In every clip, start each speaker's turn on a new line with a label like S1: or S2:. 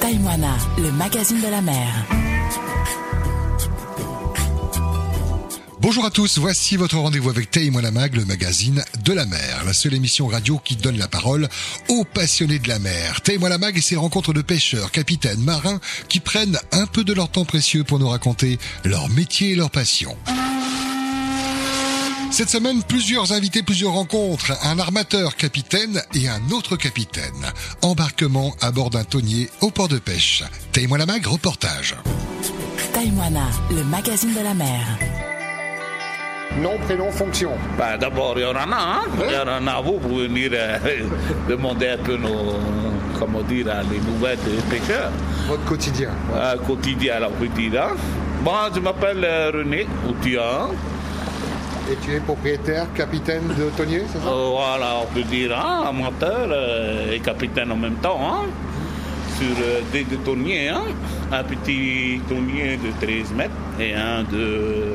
S1: Taïwana, le magazine de la mer.
S2: Bonjour à tous, voici votre rendez-vous avec Taïmo la Mag, le magazine de la mer, la seule émission radio qui donne la parole aux passionnés de la mer. Taïmo la Mag et ses rencontres de pêcheurs, capitaines, marins qui prennent un peu de leur temps précieux pour nous raconter leur métier et leur passion. Cette semaine, plusieurs invités, plusieurs rencontres, un armateur capitaine et un autre capitaine. Embarquement à bord d'un tonnier au port de pêche. Taïmo la Mag, reportage.
S1: Taïwana, le magazine de la mer.
S2: Nom, prénom, fonction.
S3: Bah, D'abord, il y en a un. hein. Il y en a, vous pouvez venir euh, demander un peu nos, comment dire, hein, les nouvelles des pêcheurs
S2: Votre quotidien.
S3: euh, quotidien, alors, petit, hein. Moi, je m'appelle euh, René Outillard.
S2: Et tu es propriétaire, capitaine de tonnier, c'est ça
S3: Euh, voilà, on peut dire hein, amateur euh, et capitaine en même temps. hein, sur euh, des deux tourniers, hein. un petit tournier de 13 mètres et un de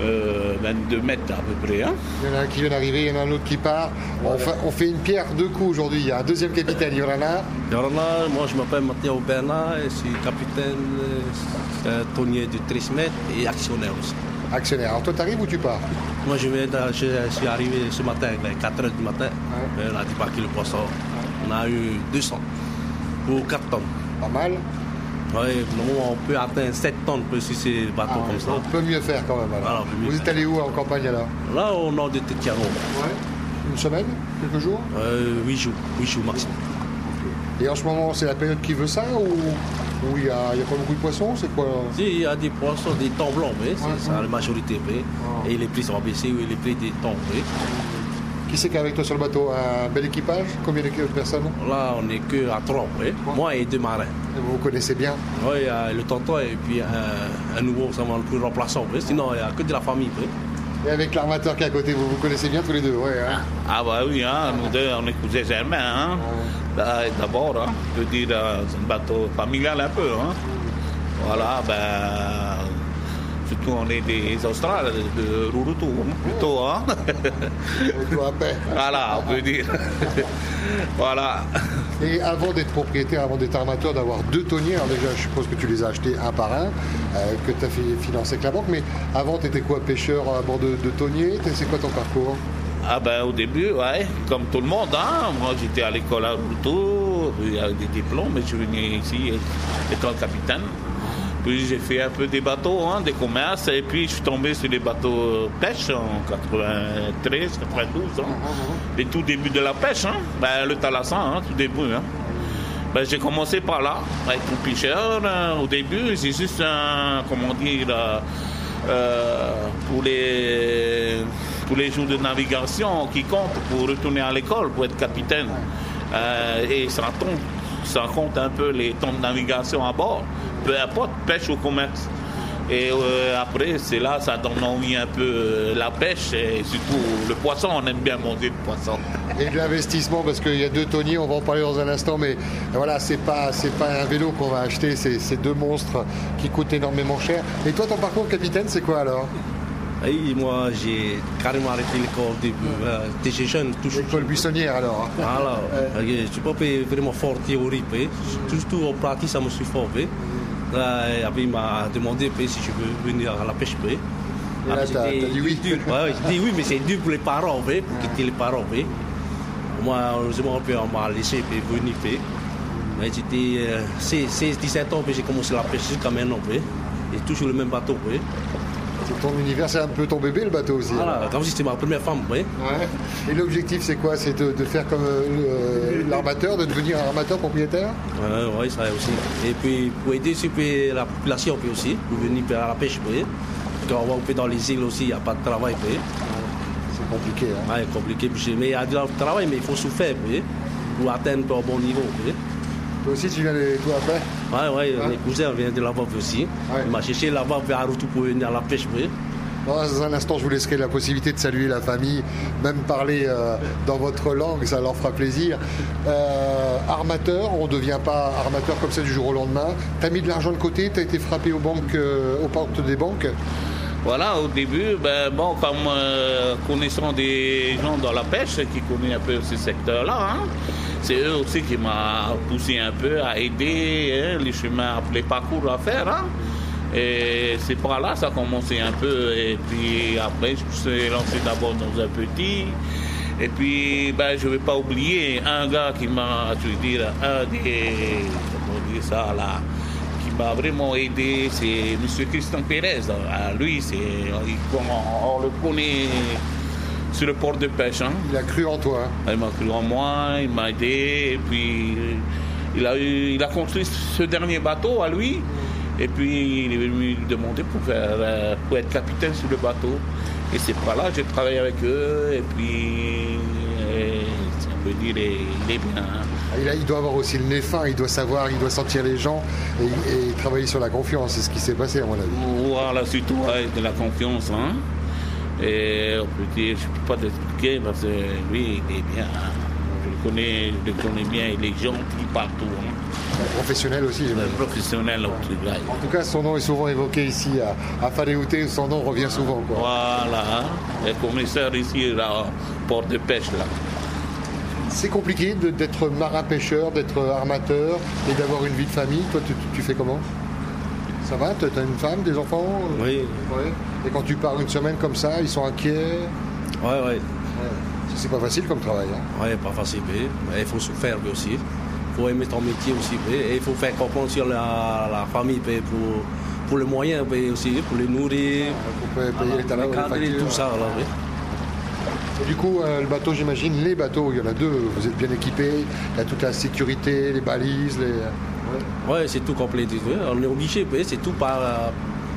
S3: euh, 22 mètres à peu près. hein.
S2: Il y en a un qui vient d'arriver, il y en a un autre qui part. On, fait, on fait une pierre deux coups aujourd'hui. Il y a un deuxième capitaine, il y en a un.
S4: Yorana, moi je m'appelle Mathieu Bernard, je suis capitaine, euh, tonnier du 13 mètres et actionnaire aussi.
S2: actionnaire. Alors toi, t'arrives ou tu pars
S4: Moi je, viens d'a- je suis arrivé ce matin, vers 4 h du matin, Euh, on a débarqué le poisson. On a eu 200 pour 4 tonnes.
S2: Pas mal.
S4: Oui, normalement, on peut atteindre 7 tonnes peu, si c'est bateau
S2: Ah,
S4: comme ça.
S2: on peut mieux faire quand même. alors.
S4: Voilà, on peut mieux
S2: Vous êtes
S4: faire.
S2: allé où en campagne alors
S4: Là, au nord de Tetiaro,
S2: Une semaine Quelques jours
S4: 8 euh, jours, 8 jours maximum.
S2: Et en ce moment, c'est la période qui veut ça ou ou il n'y a, il y a pas beaucoup de poissons C'est quoi euh
S4: Si, Il y a des poissons, des temps blancs, mais c'est ça la majorité. mais. Et les prix sont baissés, oui, les prix des temps. oui.
S2: Qui c'est qu'avec toi sur le bateau Un bel équipage Combien de personnes
S4: Là, on n'est que à 3, oui. moi et deux marins.
S2: Vous connaissez bien.
S4: Oui, il y a le tonton et puis euh, un nouveau, ça va le plus remplaçant. oui. Sinon, il n'y a que de la famille. oui.
S2: Et avec l'armateur qui est à côté, vous vous connaissez bien tous les deux ouais, hein
S3: Ah bah oui, hein, nous deux, on est cousins germains. Hein. Bah, D'abord, hein, je veux dire, euh, c'est un bateau familial un peu. Hein. Voilà, ben, surtout on est des Australes, de Rurutu, hein, plutôt. Hein.
S4: Ah.
S2: Et toi, après.
S3: voilà, on peut dire. voilà.
S2: Et avant d'être propriétaire, avant d'être armateur, d'avoir deux tonniers, alors déjà je suppose que tu les as achetés un par un, euh, que tu as fait financer avec la banque, mais avant tu étais quoi pêcheur à bord de, de tonnier T'es- C'est quoi ton parcours
S3: Ah ben au début, ouais, comme tout le monde, hein. Moi j'étais à l'école à Routot, puis avec des diplômes, mais je suis venu ici euh, étant capitaine. Puis j'ai fait un peu des bateaux, hein, des commerces, et puis je suis tombé sur les bateaux euh, pêche en 93, 92, hein. Les tout début de la pêche, hein. Ben le Talassan, hein, tout début, hein. Ben, j'ai commencé par là, avec mon pêcheur. euh, au début, c'est juste un, comment dire, euh, euh, pour, les, pour les jours de navigation qui comptent pour retourner à l'école, pour être capitaine. Euh, et ça compte, ça compte un peu les temps de navigation à bord, peu importe, pêche ou commerce. Et euh, après, c'est là, ça donne envie un peu euh, la pêche et surtout le poisson. On aime bien manger le poisson.
S2: Et de l'investissement, parce qu'il y a deux tonniers, on va en parler dans un instant, mais voilà, c'est pas, c'est pas un vélo qu'on va acheter, c'est c'est deux monstres qui coûtent énormément cher. Et toi ton parcours capitaine, c'est quoi alors
S4: Et moi, j'ai carrément arrêté l'école au début. Euh, J'étais jeune, toujours.
S2: Paul Buissonnière alors hein
S4: Voilà, Ok, je ne suis pas fait vraiment fort théorique. oui. Surtout en pratique, ça me suis fort. oui. Là, et après, il m'a demandé oui, si je veux venir à la pêche. oui.
S2: Et là,
S4: Après,
S2: t'as-
S4: j'ai
S2: t'as dit oui.
S4: dur. Ouais, ouais, j'ai dit oui, mais c'est dur pour les parents, oui, pour quitter les parents. oui. Moi, heureusement, puis, on m'a laissé puis, venir. oui. Mais j'étais euh, 16, 16, 17 ans, puis j'ai commencé la pêche jusqu'à maintenant. oui. Et toujours le même bateau. oui.
S2: C'est ton univers, c'est un peu ton bébé le bateau aussi. hein?
S4: Voilà, comme si c'était ma première femme. oui.
S2: Ouais. Et l'objectif c'est quoi C'est de, de faire comme euh, le- l'armateur, de devenir un armateur propriétaire
S4: oui, ça aussi. Et puis, pour aider aussi, puis, la population puis aussi, pour venir puis, à la pêche. Puis. Quand on va puis, dans les îles aussi, il n'y a pas de travail. Puis.
S2: C'est compliqué. hein.
S4: Ouais, c'est compliqué. puis, mais il y a du travail, mais il faut souffrir puis, pour atteindre puis, un bon niveau. Puis.
S2: Toi aussi, tu viens de toi après
S4: Ouais, ouais, mes cousins viennent de là-bas puis, aussi.
S2: Ouais.
S4: Il m'a cherché là-bas puis, à Routou pour venir à la pêche. Puis.
S2: Dans un instant, je vous laisserai la possibilité de saluer la famille, même parler euh, dans votre langue, ça leur fera plaisir. Euh, armateur, on ne devient pas armateur comme ça du jour au lendemain. T'as mis de l'argent de côté, t'as été frappé aux banques, euh, aux portes des banques.
S3: Voilà, au début, ben, bon, comme euh, connaissant des gens dans la pêche qui connaissent un peu ce secteur-là, hein, c'est eux aussi qui m'ont poussé un peu à aider hein, les chemins, les parcours à faire. hein. Et c'est par là ça a commencé un peu. Et puis après, je me suis lancé d'abord dans un petit. Et puis, ben, je ne vais pas oublier un gars qui m'a, je veux dire, un des, comment dire ça là, qui m'a vraiment aidé, c'est M. Christian Pérez. Ah, Lui, c'est, il- on, on le connaît sur le port de pêche. hein.
S2: Il a cru en toi.
S3: Il m'a cru en moi, il m'a aidé, et puis euh, il a, eu- il a construit ce dernier bateau à lui. Et puis il est venu me demander pour, faire, euh, pour être capitaine sur le bateau. Et c'est par là que j'ai travaillé avec eux, et puis euh, ça veut dire il est- il est bien. hein.
S2: Il, a- il doit avoir aussi le nez fin, il doit savoir, il doit sentir les gens et, et travailler sur la confiance. C'est ce qui s'est passé à mon avis.
S3: Voilà, surtout avec de la confiance. hein. Et on peut dire, je ne peux pas t'expliquer parce que lui, il est bien. hein. Je le connais, je le connais bien, il est gentil partout. hein.
S2: Professionnel aussi, j'imagine.
S3: Professionnel au travail.
S2: En tout cas, son nom est souvent évoqué ici à, à Faléouté, son nom revient souvent. quoi.
S3: Voilà, le commissaire ici, là, port de pêche, là.
S2: C'est compliqué de- d'être marin-pêcheur, d'être armateur et d'avoir une vie de famille. Toi, tu, tu- tu fais comment Ça va T'as t'as une femme, des enfants
S4: Oui,
S2: Ouais. Et quand tu pars une semaine comme ça, ils sont inquiets
S4: ouais, ouais.
S2: C'est pas facile comme travail. hein.
S4: Ouais, pas facile, mais mais il faut se faire mais aussi. Il faut aimer ton métier aussi, mais et il faut faire comprendre sur la, la famille mais pour, pour les moyens mais aussi, pour les nourrir,
S2: Pour payer les
S4: pour
S2: talents,
S4: les
S2: les
S4: cadrer,
S2: factures.
S4: tout ça. Là, oui.
S2: Et Du coup, euh, le bateau, j'imagine, les bateaux, il y en a deux, vous êtes bien équipés, il y a toute la sécurité, les balises, les...
S4: Ouais, c'est tout complété. oui. On est obligé, mais c'est tout par, euh,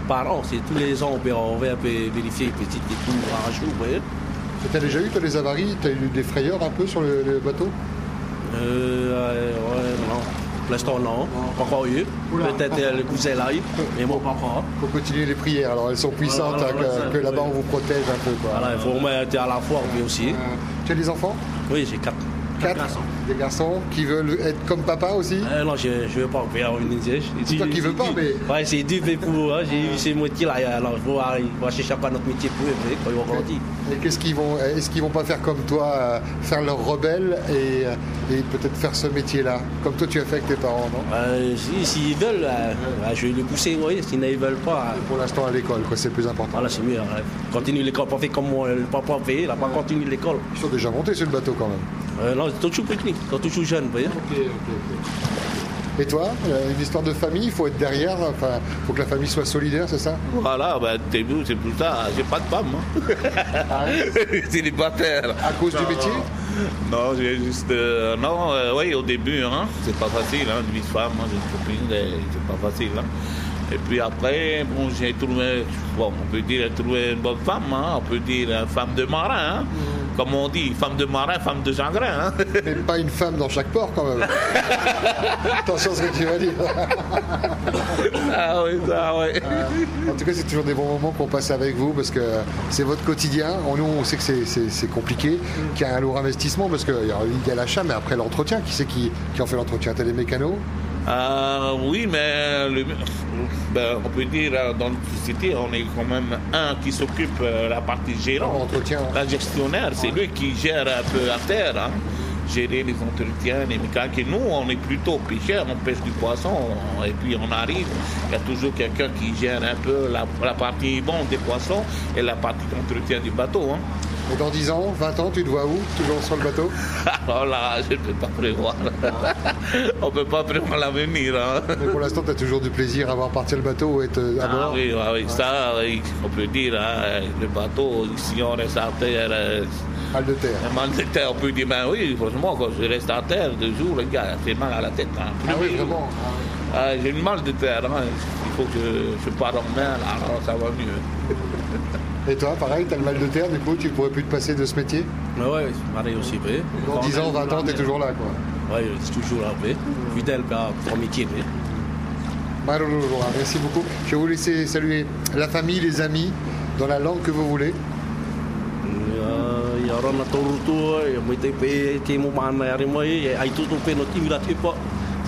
S4: par an. C'est tous les ans, on peut- on va un peu vérifier petit et tout à jour. oui.
S2: T'as déjà eu, toi, des avaries, t'as eu des frayeurs un peu sur le, le bateau
S4: Euh, ouais, non. Pour l'instant, non. Pas encore eu. Peut-être euh, le cousin là, mais hein. moi, pas encore.
S2: Faut continuer les prières, alors elles sont puissantes,
S4: Voilà,
S2: hein,
S4: voilà,
S2: que,
S4: ça,
S2: que là-bas
S4: oui.
S2: on vous protège un peu. Quoi.
S4: Voilà, il faut mettre à la forme, mais aussi.
S2: Euh, tu as des enfants
S4: Oui, j'ai quatre.
S2: Quatre Des garçons qui veulent être comme papa aussi
S4: Euh, non, je ne veux pas mais, euh, une- je- je-
S2: toi qui
S4: je-
S2: veux pas,
S4: je-
S2: mais-
S4: Ouais, c'est dur mais pour. hein, j'ai eu ces métiers-là. et Alors, il faut, aller- il faut chercher chacun notre métier pour eux, mais quand ils vont grandir.
S2: Et qu'est-ce qu'ils vont, est-ce qu'ils vont pas faire comme toi, euh, faire leur rebelle et, euh, et peut-être faire ce métier-là, comme toi tu as fait avec tes parents, non
S4: Euh, si- S'ils veulent, euh, bah, je vais les pousser, vous voyez. S'ils ne veulent pas, euh,
S2: Pour l'instant à l'école, quoi, c'est le plus important.
S4: voilà, c'est mieux. hein. Continue l'école, pas fait comme moi, le papa fait, là, pas continue l'école.
S2: Ils sont déjà montés sur le bateau quand même.
S4: Euh, non, c'est toujours petit, c'est toujours jeune, vous voyez.
S2: Et toi, euh, une histoire de famille, il faut être derrière, enfin, faut que la famille soit solidaire, c'est ça
S3: Voilà, ben, t'es vu, c'est pour ça, j'ai pas de femme. Hein. Célibataire.
S2: À cause du métier
S3: Non, j'ai juste. euh, non, euh, oui, au début, hein, c'est pas facile, hein, une vie de femme, hein, j'ai une copine, euh, c'est pas facile. hein. Et puis après, bon, j'ai trouvé, bon, on peut dire, j'ai trouvé une bonne femme, hein, on peut dire, euh, femme de marin, hein. comme on dit, femme de marin, femme de jardin. Hein.
S2: Mais pas une femme dans chaque port quand même. Attention à ce que tu vas dire.
S3: ah oui, ça, oui.
S2: En tout cas, c'est toujours des bons moments qu'on passe avec vous parce que c'est votre quotidien. On- Nous, on sait que c'est- c'est c'est compliqué, qu'il y a un lourd investissement parce qu'il y a l'achat, mais après l'entretien, qui c'est qui, qui en fait l'entretien T'as des mécanos
S3: Euh, oui, mais le- ben, on peut dire euh, dans notre société, on est quand même un qui s'occupe euh, la partie
S2: Dans
S3: gérante.
S2: l'entretien.
S3: La gestionnaire, c'est lui qui gère un peu la terre, hein. gérer les entretiens, les mécaniques. Et nous, on est plutôt pêcheurs, on pêche du poisson, on- et puis on arrive. Il y a toujours quelqu'un qui gère un peu la, la partie vente des poissons et la partie entretien du bateau. hein.
S2: Et dans 10 ans, 20 ans, tu te vois où Toujours sur le bateau
S3: Alors là, je ne peux pas prévoir. on ne peut pas prévoir l'avenir. hein.
S2: Mais pour l'instant, tu as toujours du plaisir à voir partir le bateau ou être à
S3: Ah
S2: bord.
S3: oui, ah oui, ça, oui, on peut dire, hein, le bateau, si on reste à terre, euh,
S2: Mal de terre.
S3: un mal de terre, on peut dire, ben oui, franchement, quand je reste à terre deux jours, le gars, j'ai mal à la tête. hein.
S2: Ah oui, vraiment.
S3: Ah, j'ai une mal de terre, hein. il faut que je, je parte en mer, là, alors ça va mieux.
S2: Et toi, pareil, t'as le mal de terre, du coup, tu pourrais plus te passer de ce métier
S4: Mais ouais, pareil aussi, vous voyez.
S2: Dans 10 ans, 20 ans, t'es toujours là, quoi.
S4: Ouais, c'est toujours là, vous voyez. Fidèle à ton métier, vous voyez.
S2: Malheureusement, hein, merci beaucoup. Je vais vous laisser saluer la famille, les amis, dans la langue que vous voulez.
S4: Ya, ya orang nak turun tu, ya mesti pe timu mana hari mai, ya itu tu pe nanti bila tiba,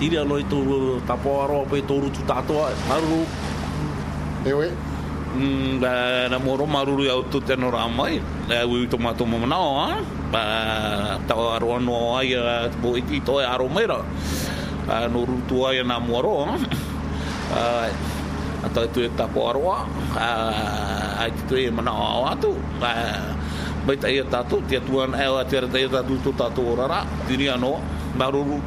S4: tidak lo itu tapau aro pe turun tu tato, haru,
S2: Et oui,
S3: Mm, na moro maruru au tu tēnō rā mai, e ui tō mātō mō manao, ha? Ba, tau aro anō ai, eh, tō iti tō e aro mai rā. Ah, Nō rutu ai nā moro, ha? Ah, A tau tu e tapo aroa, ah, ai te tu e manao au atu. Ah, Mai tai e tātou, te atuan e a te rata e tātou tō tātou rara, tiri anō, maruru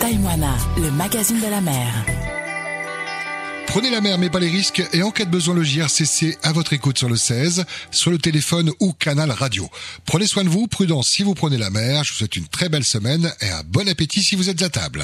S1: Taïwana, le magazine de la mer.
S5: Prenez la mer mais pas les risques et en cas de besoin le JRCC à votre écoute sur le 16, sur le téléphone ou canal radio. Prenez soin de vous, prudence si vous prenez la mer, je vous souhaite une très belle semaine et un bon appétit si vous êtes à table.